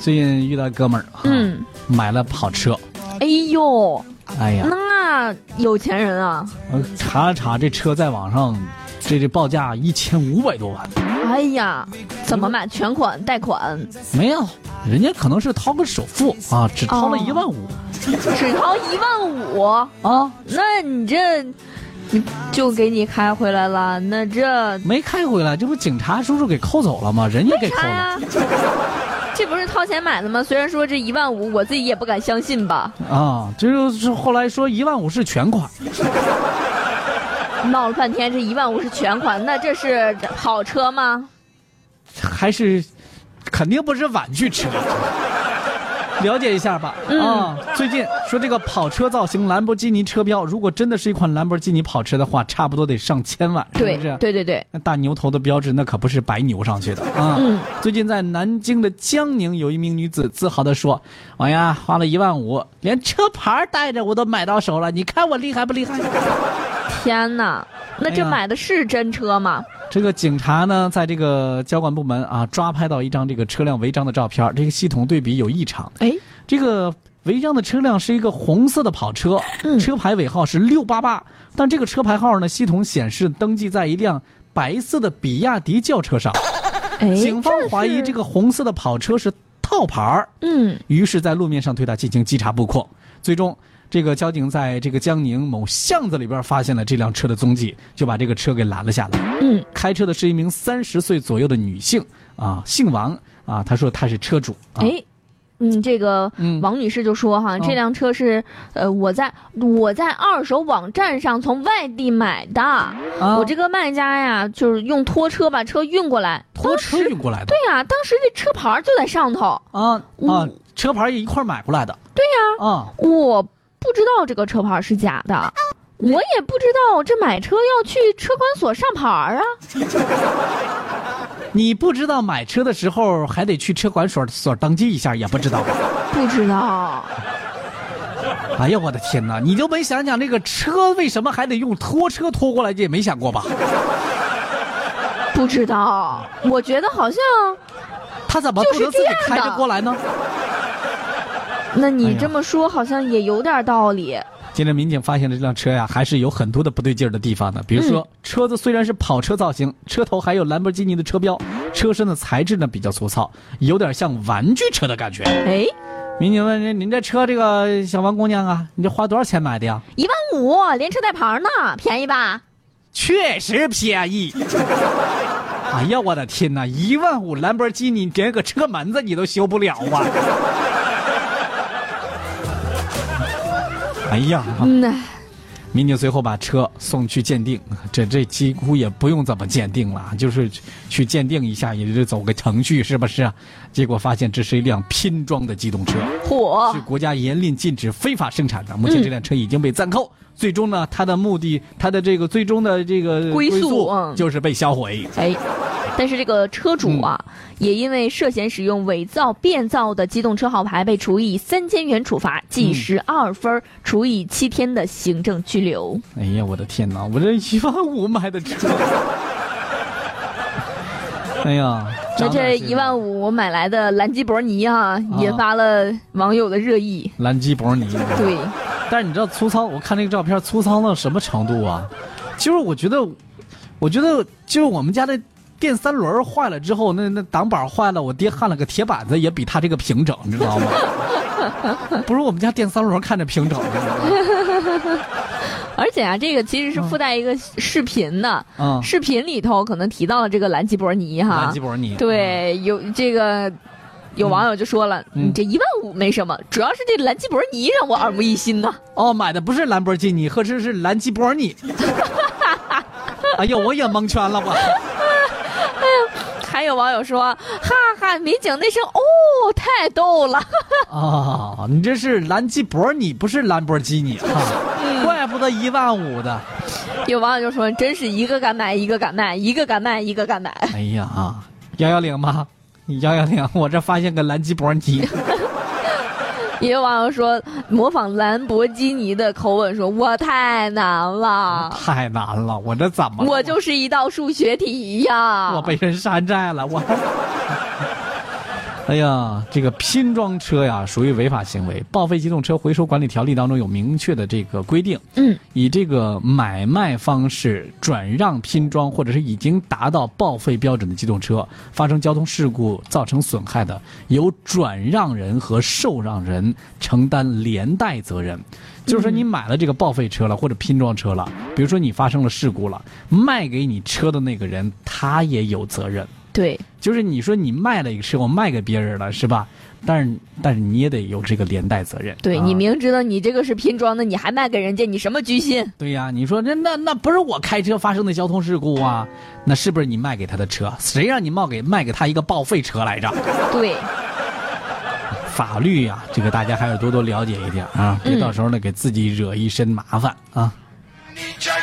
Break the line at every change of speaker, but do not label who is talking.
最近遇到哥们儿，啊
嗯，
买了跑车，
哎呦，
哎呀，
那有钱人啊！
我查了查，这车在网上这这报价一千五百多万，
哎呀，怎么买？全款、贷款，
没有，人家可能是掏个首付啊，只掏了
哦
一万五、
只掏一万五，
啊，
那你这，你就给你开回来了。那这
没开回来，这不警察叔叔给扣走了吗？人也给扣
啥
了
呀？啊这不是掏钱买的吗？虽然说这一万五，我自己也不敢相信吧。
啊，这就是后来说一万五是全款，
闹了半天，这一万五是全款，那这是跑车吗？
还是肯定不是玩具车。了解一下吧，
嗯
啊，最近说这个跑车造型兰博基尼车标，如果真的是一款兰博基尼跑车的话，差不多得上千万，是
对
不是？
对对对，
那大牛头的标志那可不是白牛上去的啊！
嗯
最近在南京的江宁，有一名女子自豪地说：“哎呀，花了一万五，连车牌带着我都买到手了，你看我厉害不厉害
天哪，那这
哎呀
买的是真车吗？？”
这个警察呢，在这个交管部门啊，抓拍到一张这个车辆违章的照片，这个系统对比有异常。
哎，
这个违章的车辆是一个红色的跑车，
嗯
车牌尾号是六八八，但这个车牌号呢，系统显示登记在一辆白色的比亚迪轿车上。
哎，
警方怀疑
是
这个红色的跑车是套牌儿，
嗯，
于是，在路面上对它进行稽查布控。最终，这个交警在这个江宁某巷子里边发现了这辆车的踪迹，就把这个车给拦了下来。
嗯，
开车的是一名三十岁左右的女性啊，姓王啊，她说她是车主。啊、
哎，嗯，这个
嗯
王女士就说哈，这辆车是呃我在我在二手网站上从外地买的，
啊
我这个卖家呀，就是用拖车把车运过来。
拖
当
车
时
运过来的
对呀、当时这车牌就在上头，
啊啊
我，
车牌也一块儿买过来的。对呀、啊。
我不知道这个车牌是假的。我也不知道这买车要去车管所上牌儿啊！
你不知道买车的时候还得去车管所所登记一下，也不 知道。
不知道，
哎呀，我的天哪！你就没想想这个车为什么还得用拖车拖过来？这也没想过吧？
不知道。我觉得好像，
他怎么不能自己开着过来呢？
那
哎
你
呀
这么说好像也有点道理。
今天民警发现了这辆车呀，还是有很多的不对劲儿的地方的。比如说，车子虽然是跑车造型，车头还有兰博基尼的车标，车身的材质呢比较粗糙，有点像玩具车的感觉。
哎，
民警问：“您您这车，这个小王姑娘啊，你这花多少钱买的呀
一万五，连车带牌儿呢，便宜吧？？”
确实便宜。 哎呀，我的天哪！一万五兰博基尼，连个车门子你都修不了啊！ 哎呀，
嗯呐，
民警随后把车送去鉴定，这这几乎也不用怎么鉴定了，就是去去鉴定一下，也是走个程序，是不是？结果发现这是一辆拼装的机动车，
火
是国家严令禁止非法生产的。
嗯
目前这辆车已经被暂扣，最终呢，它的目的，它的这个最终的这个
归宿
宿
嗯
就是被销毁。
哎，但是这个车主啊，也因为涉嫌使用伪造、变造的机动车号牌，被处以三千元处罚，记十二分儿，处以七天的行政拘留。
哎呀，我的天哪！我这一万五买的 车，哎呀，
那这一万
五，
五我买来的兰基博尼啊，引发了网友的热议。
兰基博尼。
对，
但是你知道粗糙？我看那个照片粗糙到什么程度啊？就是我觉得，我觉得就是我们家的电三轮儿坏了之后，那那挡板儿坏了，我爹焊了个铁板子，也比他这个平整，你知道吗？ 不是我们家电三轮儿看着平整的
而且啊，这个其实是附带一个视频的，
啊，
视频里头可能提到了这个兰基博尼哈。
兰基博尼。
啊对，有这个有网友就说了，
嗯
你这一万五没什么，主要是这兰基博尼让我耳目一新呐。
哦，买的不是兰博基尼，合适是兰基博尼。 哎呀，我也蒙圈了我。
还有网友说，哈哈，民警那声哦，太逗了。
啊、你这是兰基博尼，不是兰博基尼啊，怪不得一万五的。
有网友就说，真是一个敢买，一个敢卖，一个敢卖，一个敢买。
哎呀啊，幺幺零吗？幺幺零，我这发现个兰基博尼。
也有网友说，模仿兰博基尼的口吻说，我太难了，
太难了，我这怎么了？
啊我就是一道数学题呀。
我被人山寨了，我。哎呀，这个拼装车呀，属于违法行为。报废机动车回收管理条例当中有明确的这个规定，
嗯，
以这个买卖方式转让拼装或者是已经达到报废标准的机动车，发生交通事故造成损害的，由转让人和受让人承担连带责任。就是说，你买了这个报废车了，或者拼装车了，比如说你发生了事故了，卖给你车的那个人他也有责任。
对，
就是你说你卖了一个车，我卖给别人了，是吧？但是但是你也得有这个连带责任。
对、
啊
你明知道你这个是拼装的，你还卖给人家，你什么居心？
对呀、你说那那那不是我开车发生的交通事故啊？那是不是你卖给他的车？谁让你冒给卖给他一个报废车来着？
对，
法律呀、这个大
嗯
家还是多多了解一点啊，别到时候呢给自己惹一身麻烦啊。
I need ya.